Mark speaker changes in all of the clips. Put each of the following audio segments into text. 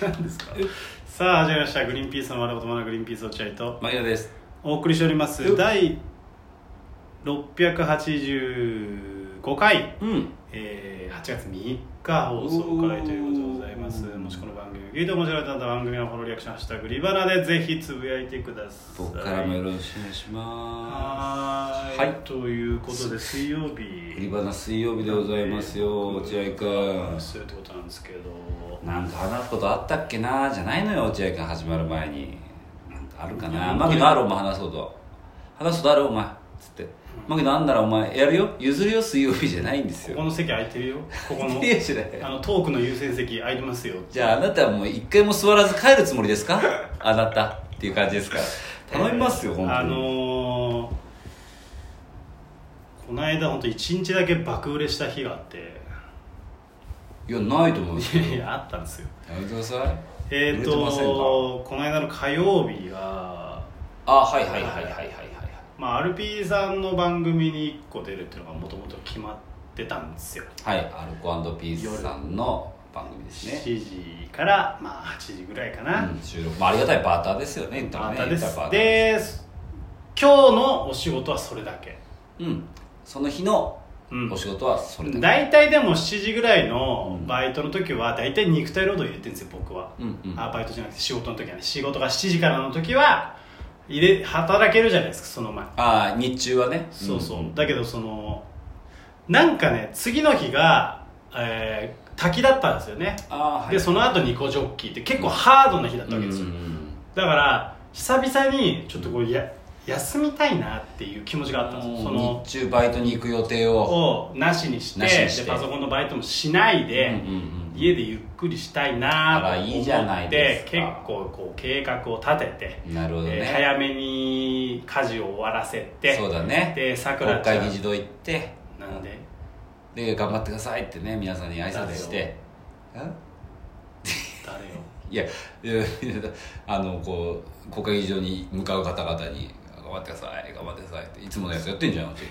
Speaker 1: 何ですか
Speaker 2: さあ始まりました「グリーンピースの丸ごとまなグリーンピース落合」と
Speaker 1: マイヤです
Speaker 2: お送りしております第685回、
Speaker 1: うん
Speaker 2: えー8月3日放送回ということでございます
Speaker 1: おー
Speaker 2: もしこの番組が聞いて面白いと思ったら番組のフォローリアクション「ハッシュタグリバナ」でぜひつぶやいてください
Speaker 1: 僕からもよろしくお願いしま
Speaker 2: はーい、
Speaker 1: はい
Speaker 2: ということで水曜
Speaker 1: すリ
Speaker 2: 日
Speaker 1: バナ水曜日でございますよ落合君
Speaker 2: するってことなんですけど
Speaker 1: なんか話すことあったっけなじゃないのよ落合君始まる前になんかあるか
Speaker 2: い
Speaker 1: な
Speaker 2: や
Speaker 1: 牧野あるお前話すこと話すことあるお前つって牧野あんならお前やるよ譲るよ水曜日じゃないんです
Speaker 2: こ
Speaker 1: よ
Speaker 2: この席空いてるよここの
Speaker 1: いや知らない
Speaker 2: あのトークの優先席空いてますよ
Speaker 1: じゃああなたはもう一回も座らず帰るつもりですかあなたっていう感じですから頼みますよ本当に
Speaker 2: あのー、この間本当一日だけ爆売れした日があって
Speaker 1: いやないと思うんです
Speaker 2: い
Speaker 1: け
Speaker 2: や
Speaker 1: ど
Speaker 2: い
Speaker 1: や
Speaker 2: や あったんですよ
Speaker 1: めてください
Speaker 2: えっ、ー、
Speaker 1: 売れてません
Speaker 2: とこの間の火曜日が
Speaker 1: かあはいはいはいはいはいはい
Speaker 2: まあ、アルピーさんの番組に1個出るっていうのがもともと決まってたんですよ
Speaker 1: はいはいアルコピースさんの番組ですね、
Speaker 2: 7時から、まあ、8時ぐらいかな、
Speaker 1: うん、収録、まあ、ありがたいバーターですよね言ったら
Speaker 2: ま
Speaker 1: ね
Speaker 2: たです
Speaker 1: 言ったらバーター
Speaker 2: で今日のお仕事はそれだけ
Speaker 1: うんその日の
Speaker 2: うん
Speaker 1: お仕事はそれだけ、
Speaker 2: 大体でも7時ぐらいのバイトの時は大体肉体労働入れてるんですよ僕は、
Speaker 1: うんうん
Speaker 2: あバイトじゃなくて仕事の時はね仕事が7時からの時は入れ働けるじゃないですかその前
Speaker 1: ああ日中はね
Speaker 2: そうそう、
Speaker 1: ん
Speaker 2: だけどそのなんかね次の日が、えー滝だったんですよね
Speaker 1: ああはい
Speaker 2: でその後ニコジョッキーって結構ハードな日だったわけですよ、
Speaker 1: うんうんうん
Speaker 2: だから久々にちょっとこうや休みたいなっていう気持ちがあったんですよその
Speaker 1: 日中バイトに行く予定を
Speaker 2: をなしにして
Speaker 1: なしにして
Speaker 2: でパソコンのバイトもしないで、
Speaker 1: うんうんうん
Speaker 2: 家でゆっくりしたいなと
Speaker 1: あらいいじゃな
Speaker 2: 思っ
Speaker 1: いで
Speaker 2: て
Speaker 1: す
Speaker 2: 結
Speaker 1: か
Speaker 2: 構こう計画を立てて、
Speaker 1: なるほど
Speaker 2: えー
Speaker 1: ね、
Speaker 2: 早めに家事を終わらせて
Speaker 1: そうだね
Speaker 2: でさくら
Speaker 1: 国
Speaker 2: ちゃん
Speaker 1: 会議事堂行って
Speaker 2: なんで
Speaker 1: で頑張ってくださいってね皆さんに挨拶してん
Speaker 2: 誰よ
Speaker 1: いやいやいやあのこう国会議事堂に向かう方々に「頑張ってください頑張ってください」っていつものやつやってんじゃんうち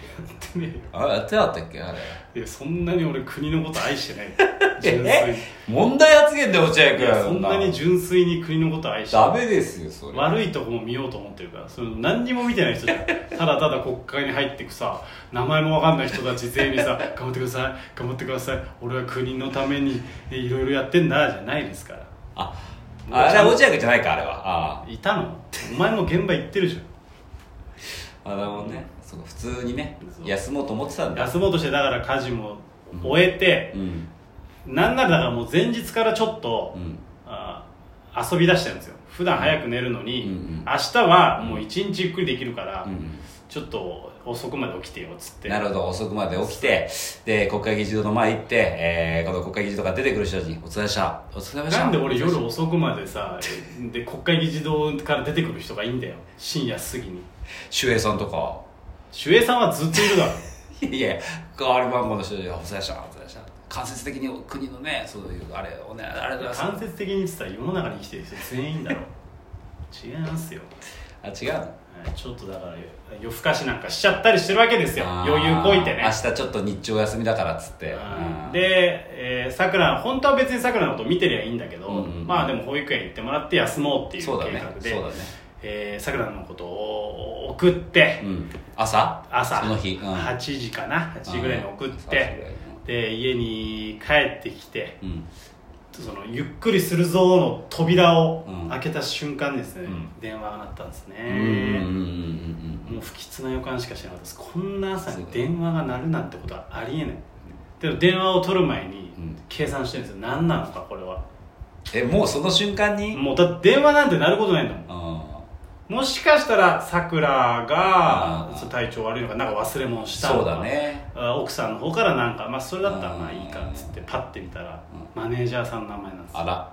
Speaker 2: 言ってねえよ
Speaker 1: あれやってなかったっけあれ
Speaker 2: いやそんなに俺国のこと愛 してない純粋に
Speaker 1: 問題発言で落合
Speaker 2: いや
Speaker 1: 君
Speaker 2: そんなに純粋に国のこと愛してない
Speaker 1: ダメですよそれ
Speaker 2: 悪いとこも見ようと思ってるからその何にも見てない人じゃんただただ国会に入ってくさ名前も分かんない人たち全員に さ「頑張ってください頑張ってください俺は国のためにえいろいろやってんだ」じゃないですから
Speaker 1: ああれは落合君じゃないかあれはああ
Speaker 2: いたのお前も現場行ってるじ
Speaker 1: あだもんねそう普通にね
Speaker 2: そう
Speaker 1: 休もうと思ってた
Speaker 2: ゃ
Speaker 1: ん
Speaker 2: ん
Speaker 1: だ
Speaker 2: 休もうとしてだから家事も終えて
Speaker 1: う、ん
Speaker 2: なんならだからもう前日からちょっと、
Speaker 1: うん
Speaker 2: あ遊び出してるんですよ普段早く寝るのに、
Speaker 1: うんうん
Speaker 2: 明日はもう一日ゆっくりできるから、
Speaker 1: うん
Speaker 2: ちょっと遅くまで起きてよっつって
Speaker 1: なるほど遅くまで起きてで国会議事堂の前行って、えーこの国会議事堂から出てくる人たちに「お疲れ様でしたお疲れ様でした」
Speaker 2: なんで俺夜遅くまでさ で国会議事堂から出てくる人がいいんだよ深夜過ぎに
Speaker 1: 守衛さんとか
Speaker 2: 守衛さんはずっといるだろ
Speaker 1: いやいや代わり番号の人で「お疲れ様でしたお疲れ様でした」間接的に国のねそういうあれをねあれだ
Speaker 2: 間接的に言ってたら世の中に生きてる人全員だろ違いますよ
Speaker 1: あ違うの
Speaker 2: はいちょっとだから夜更かしなんかしちゃったりしてるわけですよ
Speaker 1: あー
Speaker 2: 余裕こいてね
Speaker 1: 明日ちょっと日中お休みだからっつって
Speaker 2: うん
Speaker 1: う
Speaker 2: で、
Speaker 1: ん
Speaker 2: えー、さくら本当は別にさくらのこと見てりゃいいんだけど、
Speaker 1: うんうん
Speaker 2: まあでも保育園行ってもらって休もうっていう計
Speaker 1: そうだね
Speaker 2: 画で
Speaker 1: そうだね
Speaker 2: えーさくらのことを送って、
Speaker 1: うん朝
Speaker 2: 朝
Speaker 1: その日、うん、
Speaker 2: 8時かな8時ぐらいに送っ
Speaker 1: 朝ぐらい
Speaker 2: てで家に帰ってきて
Speaker 1: のうん
Speaker 2: そのゆっくりするぞの扉を
Speaker 1: うん
Speaker 2: 開けた瞬間ですね、
Speaker 1: うん
Speaker 2: 電話が鳴ったんです
Speaker 1: うんうんうん
Speaker 2: ね、もう不吉な予感しかしなかったですこんな朝に電話が鳴るなんてことはありえないでも電話を取る前に
Speaker 1: うん
Speaker 2: 計算してるんですよ何なのかこれは
Speaker 1: えもうその瞬間に、
Speaker 2: もうだって電話なんて鳴ることないんだもん
Speaker 1: あ
Speaker 2: もしかしたらさくらが
Speaker 1: あー
Speaker 2: そう体調悪いのかなんか忘れ物し
Speaker 1: ー
Speaker 2: たの
Speaker 1: そ
Speaker 2: か
Speaker 1: うだね
Speaker 2: あ奥さんの方からなんか、まあ、それだったらまあいいか
Speaker 1: うん
Speaker 2: っつってパッて見たら、マネージャーさんの名前なんです
Speaker 1: あら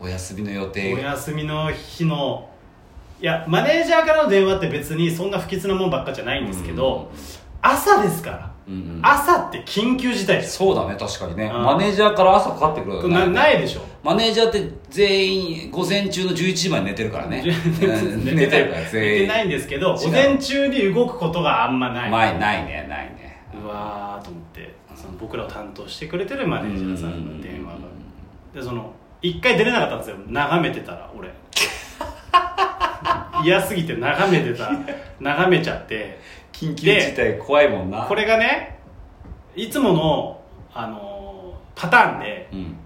Speaker 1: お休みの予定
Speaker 2: お休みの日のいやマネージャーからの電話って別にそんな不吉なもんばっかじゃないんですけど、朝ですから、
Speaker 1: うんうん
Speaker 2: 朝って緊急事態じ
Speaker 1: そうだね確かにね
Speaker 2: うん
Speaker 1: マネージャーから朝かかってくる
Speaker 2: ゃ
Speaker 1: わ
Speaker 2: ん
Speaker 1: け
Speaker 2: な
Speaker 1: ない
Speaker 2: ないでしょ
Speaker 1: マネージャーって全員午前中の11時まで寝てるか らねうん寝てるから
Speaker 2: 寝
Speaker 1: 全
Speaker 2: て
Speaker 1: 員
Speaker 2: ないんですけど
Speaker 1: 違う
Speaker 2: 午前中に動くことがあんまない
Speaker 1: 前ないねないね
Speaker 2: ううわーと思ってその僕らを担当してくれてるマネージャーさんの電話がでその一回出れなかったんですよ眺めてたら俺 嫌すぎて眺めてた眺めちゃって
Speaker 1: 緊急事態怖いもんな
Speaker 2: これがねいつもの、あのーパターンで
Speaker 1: うん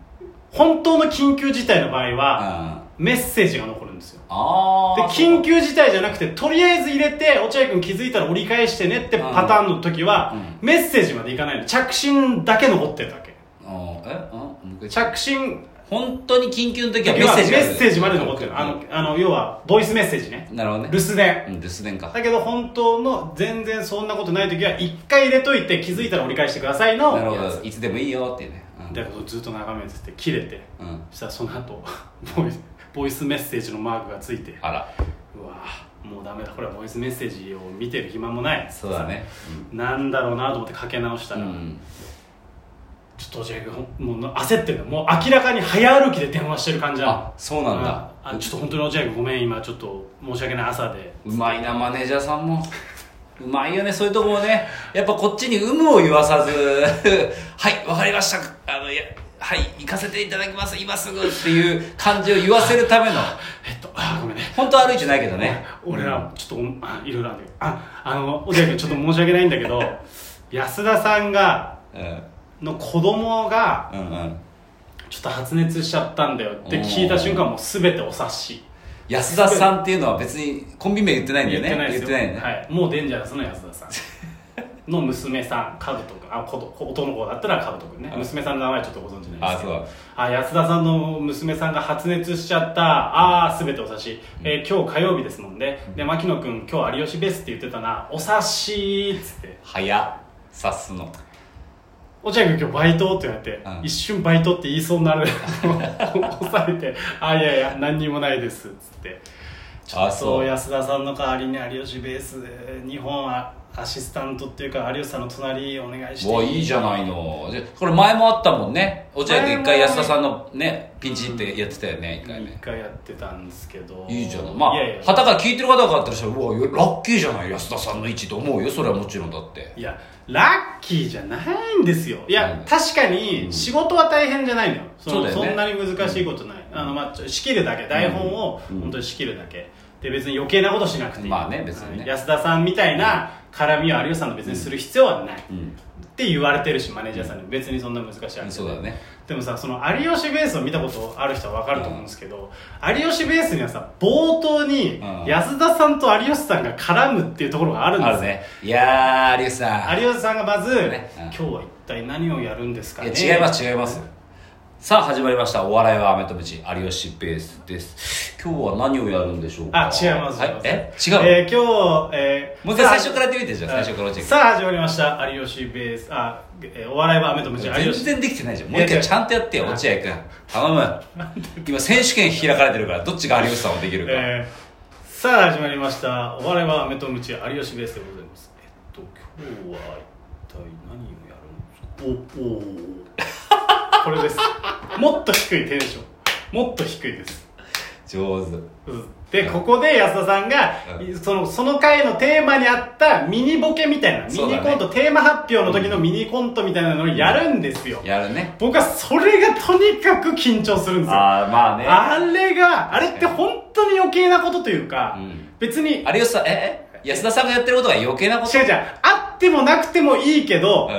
Speaker 2: 本当の緊急事態の場合は
Speaker 1: あ
Speaker 2: メッセージが残るんですよ
Speaker 1: あ
Speaker 2: で
Speaker 1: ー
Speaker 2: 緊急事態じゃなくてとりあえず入れて落合君気づいたら折り返してねってパターンの時は
Speaker 1: うん
Speaker 2: メッセージまでいかないの着信だけ残ってるだけ
Speaker 1: あーえあもう一回
Speaker 2: 着信
Speaker 1: 本当に緊急の時は
Speaker 2: メ
Speaker 1: メ
Speaker 2: ッ
Speaker 1: ッ
Speaker 2: セ
Speaker 1: セ
Speaker 2: ージメ
Speaker 1: ージが
Speaker 2: ッセージまで残ってるあのあの要はボイスメッセージね
Speaker 1: なるほどね
Speaker 2: 留守電
Speaker 1: うん留守電か
Speaker 2: だけど本当の全然そんなことない時は一回入れといて気づいたら折り返してくださいの
Speaker 1: なるほ
Speaker 2: やつ
Speaker 1: どいつでもいいよっていうねうん
Speaker 2: だけどずっと眺めてて切れて
Speaker 1: うん
Speaker 2: そしたらその後 ボイスボイスメッセージのマークがついて
Speaker 1: あら
Speaker 2: うわもうダメだこれはボイスメッセージを見てる暇もない
Speaker 1: そうだね
Speaker 2: なんだろうなと思ってかけ直した
Speaker 1: うん
Speaker 2: ら、
Speaker 1: うん
Speaker 2: ちょっと落合君もう焦ってるのもう明らかに早歩きで電話してる感じなの
Speaker 1: あそうなんだ
Speaker 2: ああちょっと本当に落合君ごめん今ちょっと申し訳ない朝で
Speaker 1: うまいなマネージャーさんもうまいよねそういうとこもねやっぱこっちに有無を言わさず はいわかりましたあのいやはい行かせていただきます今すぐっていう感じを言わせるための
Speaker 2: えっとあごめんね
Speaker 1: 本当は歩いてないけどね
Speaker 2: 俺らちょっとおあいろいろあるんだけどああの落合君ちょっと申し訳ないんだけど 安田さんが
Speaker 1: うんうん
Speaker 2: の子供が
Speaker 1: うん
Speaker 2: ちょっと発熱しちゃったんだよって聞いた瞬間もう全てお察し
Speaker 1: 安田さんっていうのは別にコンビ名言ってないんだ
Speaker 2: 言
Speaker 1: よ
Speaker 2: っ
Speaker 1: ね
Speaker 2: てないですよ
Speaker 1: 言ってないね
Speaker 2: はい、もうデンジャラスの安田さんの娘さんカブト君あ子ど男の子だったらカブト君ね
Speaker 1: うん
Speaker 2: 娘さんの名前ちょっとご存知ないですけど
Speaker 1: あそう
Speaker 2: あ安田さんの娘さんが発熱しちゃったああ全てお察し、えー今日火曜日ですもんねで牧野君今日有吉ベースって言ってたなお察しっつって
Speaker 1: 早さすの
Speaker 2: 落合君今日バイトって言われて、
Speaker 1: うん
Speaker 2: 一瞬バイトって言いそうになる 押されて「あいやいや何にもないです」っつって
Speaker 1: あ
Speaker 2: そ
Speaker 1: そうう
Speaker 2: 安田さんの代わりに有吉ベースで日本アアシスタントっていうか有吉さんの隣お願いして
Speaker 1: わいいじゃないのでこれ前もあったもんね落合君一
Speaker 2: 前
Speaker 1: 回
Speaker 2: もね
Speaker 1: 安田さんのねピンチってやってたよね一回
Speaker 2: 一
Speaker 1: ね
Speaker 2: 回やってたんですけど
Speaker 1: いいじゃないまあ
Speaker 2: いやいや
Speaker 1: はたから聞いてる方があったらしたらうわラッキーじゃない安田さんの位置と思うよそれはもちろんだって
Speaker 2: いやラッキーじゃないんですよいや、
Speaker 1: うん
Speaker 2: 確かに仕事は大変じゃないのよその
Speaker 1: そうだよね
Speaker 2: そんなに難しいことない、あのまあ、ちょ仕切るだけ台本を
Speaker 1: うん
Speaker 2: 本当に仕切るだけで別に余計なことしなくていい、
Speaker 1: まあね別にね
Speaker 2: はい安田さんみたいな絡みを有吉さんと別にする必要はない、
Speaker 1: うん
Speaker 2: って言われてるしマネージャーさんにも別にそんな難しいあれじゃない
Speaker 1: そうだね
Speaker 2: でもさその有吉ベースを見たことある人は分かると思うんですけど、有吉ベースにはさ冒頭に
Speaker 1: うん
Speaker 2: 安田さんと有吉さんが絡むっていうところがあるんです
Speaker 1: あ
Speaker 2: よ
Speaker 1: るねいやー有吉さん
Speaker 2: 有吉さんがまず、
Speaker 1: ねうん
Speaker 2: 今日は一体何をやるんですかね
Speaker 1: いや違います違いますさあ始まりました「お笑いはアメとムチ有吉ベース」です今日は何をやるんでしょう
Speaker 2: あ
Speaker 1: か
Speaker 2: 違います、
Speaker 1: は
Speaker 2: 違います
Speaker 1: え違うの、
Speaker 2: えー今日、えー
Speaker 1: もう一回最初からやってみてじゃあ
Speaker 2: さあ
Speaker 1: 最初から落合君
Speaker 2: さあ始まりました有吉ベースあ、えーお笑いは雨とムチ有
Speaker 1: 全
Speaker 2: 吉
Speaker 1: 然できてないじゃんもう一
Speaker 2: いや違う
Speaker 1: 回ちゃんとやってよ落合君頼む今選手権開かれてるからどっちが有吉さんをできるか、
Speaker 2: えーさあ始まりました「お笑いは目とムチ有吉ベース」でございますえっと今日は一体何をやるんですかおおー これですもっと低いテンションもっと低いです
Speaker 1: 上手
Speaker 2: うんでここで安田さんが、
Speaker 1: う
Speaker 2: そのその回のテーマに合ったミニボケみたいな、ミ
Speaker 1: そうだ
Speaker 2: ニ
Speaker 1: ね
Speaker 2: コントテーマ発表の時のミニコントみたいなのをやるんですよ、
Speaker 1: やるね
Speaker 2: 僕はそれがとにかく緊張するんですよ
Speaker 1: ああまあね
Speaker 2: あれが、あれって本当に余計なことというか、
Speaker 1: うん
Speaker 2: 別に、違う違う、
Speaker 1: 有吉さんええ安田さんがやってることが余計なこと、
Speaker 2: あってもなくてもいいけど、
Speaker 1: う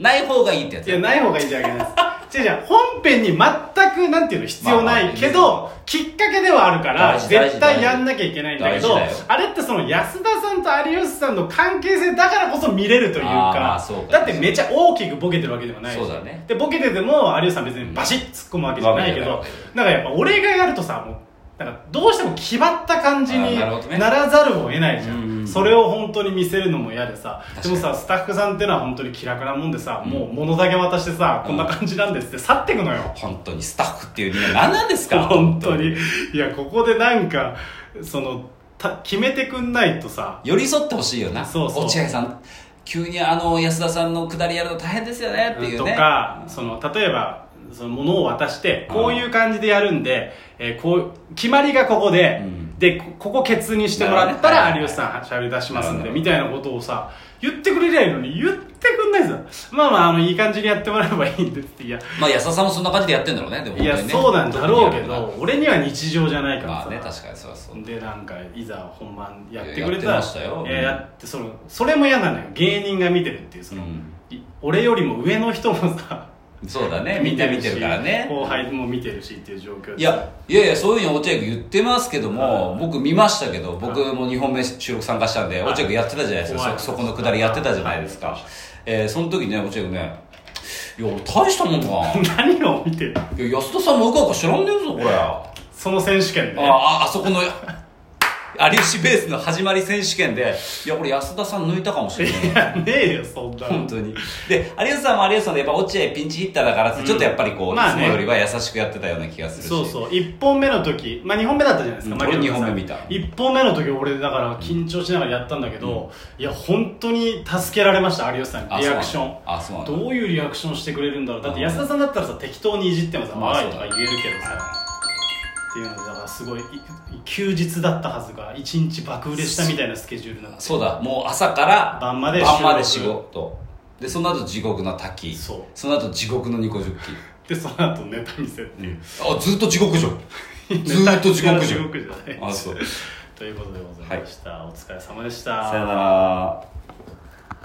Speaker 1: ん、ない方がいいってやつ
Speaker 2: いや、ない方がいいじゃないです。違う違う、本編に全く、なんていうの、必要ないけど、
Speaker 1: まあまあ
Speaker 2: きっかけではあるから、
Speaker 1: 大事大事
Speaker 2: 絶対やんなきゃいけないんだけど
Speaker 1: 大事だよ、
Speaker 2: あれってその安田さんと有吉さんの関係性だからこそ見れるという
Speaker 1: あーまあ
Speaker 2: か
Speaker 1: そう、か
Speaker 2: だってめちゃ大きくボケてるわけではないし
Speaker 1: そうだね
Speaker 2: で、ボケてても有吉さん別にバシッ突っ込むわけじゃないけ
Speaker 1: うん
Speaker 2: ど、なんかやっぱ俺がやるとさ、もう、なんかどうしても気張った感じに
Speaker 1: あーなるほどね
Speaker 2: ならざるを得ないじゃん、
Speaker 1: うんうん
Speaker 2: それを本当に見せるのも嫌でさ
Speaker 1: 確
Speaker 2: で
Speaker 1: か
Speaker 2: も
Speaker 1: に
Speaker 2: さスタッフさんってのは本当に気楽なもんでさ、
Speaker 1: うん
Speaker 2: もう物だけ渡してさ、こんな感じなんですって去ってくのよ
Speaker 1: 本当にスタッフっていう人間何なんですか
Speaker 2: 本当にいやここでなんかそのた決めてくんないとさ
Speaker 1: 寄り添ってほしいよな
Speaker 2: そうそう
Speaker 1: 落合さん急にあの安田さんの下りやるの大変ですよねっていうね
Speaker 2: とかその例えばその物を渡して
Speaker 1: うん
Speaker 2: こういう感じでやるんで、えーこう決まりがここで、
Speaker 1: うん
Speaker 2: でこここケツにしてもらった
Speaker 1: な
Speaker 2: ら
Speaker 1: る
Speaker 2: 有
Speaker 1: ほどね
Speaker 2: 吉さんしゃべり出しますん
Speaker 1: なる
Speaker 2: で
Speaker 1: ほど
Speaker 2: みたいなことをさ言ってくれりゃいいのに言ってくんないぞまあまああのいい感じにやってもらえばいいんですっていや
Speaker 1: まあ安田さんもそんな感じでやってんだろうねでも
Speaker 2: い
Speaker 1: 本当
Speaker 2: や
Speaker 1: にね
Speaker 2: そうなんだろうけ
Speaker 1: まあ
Speaker 2: ど俺には日常じゃないから
Speaker 1: ま
Speaker 2: さ、
Speaker 1: あね確かにそうそう
Speaker 2: でなんかいざ本番やってくれたら
Speaker 1: いややってましたよ
Speaker 2: いややってそのそれも嫌なのよ芸人が見てるっていうその、
Speaker 1: う
Speaker 2: い俺よりも上の人もさ
Speaker 1: そうだねみんな見てるからね
Speaker 2: 後輩も見てるしっていう状況で
Speaker 1: いやいやいやそういうふうに落合君言ってますけども、
Speaker 2: はい
Speaker 1: 僕見ましたけど僕も2本目収録参加したんで
Speaker 2: はい
Speaker 1: 落合君やってたじゃないですか、
Speaker 2: はい
Speaker 1: そそこのくだりやってたじゃないですか、えーその時ね落合君ね「いや俺大したもんだな
Speaker 2: 何を見てる
Speaker 1: いや安田さんもうかうか知らんねえぞこれ」
Speaker 2: その選手権でね
Speaker 1: あああそこの有吉ベースの始まり選手権でいやこれ安田さん抜いたかもしれない
Speaker 2: いやねえよそんな
Speaker 1: 本当にで有吉さんも有吉さんでやっぱ落合ピンチヒッターだからって、ちょっとやっぱりこう、
Speaker 2: まあね
Speaker 1: いつもよりは優しくやってたような気がするし
Speaker 2: そうそう1本目の時まあ2本目だったじゃないですか、
Speaker 1: うん
Speaker 2: まあけど
Speaker 1: 俺二本目見た
Speaker 2: 1本目の時俺だから緊張しながらやったんだけど、いや本当に助けられました有吉さんに
Speaker 1: あ
Speaker 2: リ
Speaker 1: そう
Speaker 2: ア
Speaker 1: なんだ
Speaker 2: クション
Speaker 1: あそうなんだ
Speaker 2: どういうリアクションしてくれるんだろうだって安田さんだったらさ適当にいじってもさ「
Speaker 1: まあ
Speaker 2: はい
Speaker 1: そう」
Speaker 2: と
Speaker 1: だ
Speaker 2: か言えるけどさっていうのでだからすごいい休日だったはずが一日爆売れしたみたいなスケジュールなんです
Speaker 1: そうだもう朝から
Speaker 2: 晩まで
Speaker 1: 晩まで
Speaker 2: 収
Speaker 1: 仕
Speaker 2: 録
Speaker 1: 事でその後地獄の滝
Speaker 2: そう
Speaker 1: の後地獄のニコジョッ
Speaker 2: で
Speaker 1: キ
Speaker 2: その後ネタ見せっていう、
Speaker 1: あずっと地獄じゃ んずーっと地獄じゃん
Speaker 2: 地獄じゃない
Speaker 1: あそう
Speaker 2: ということでございました、お疲れ様でした
Speaker 1: さよなら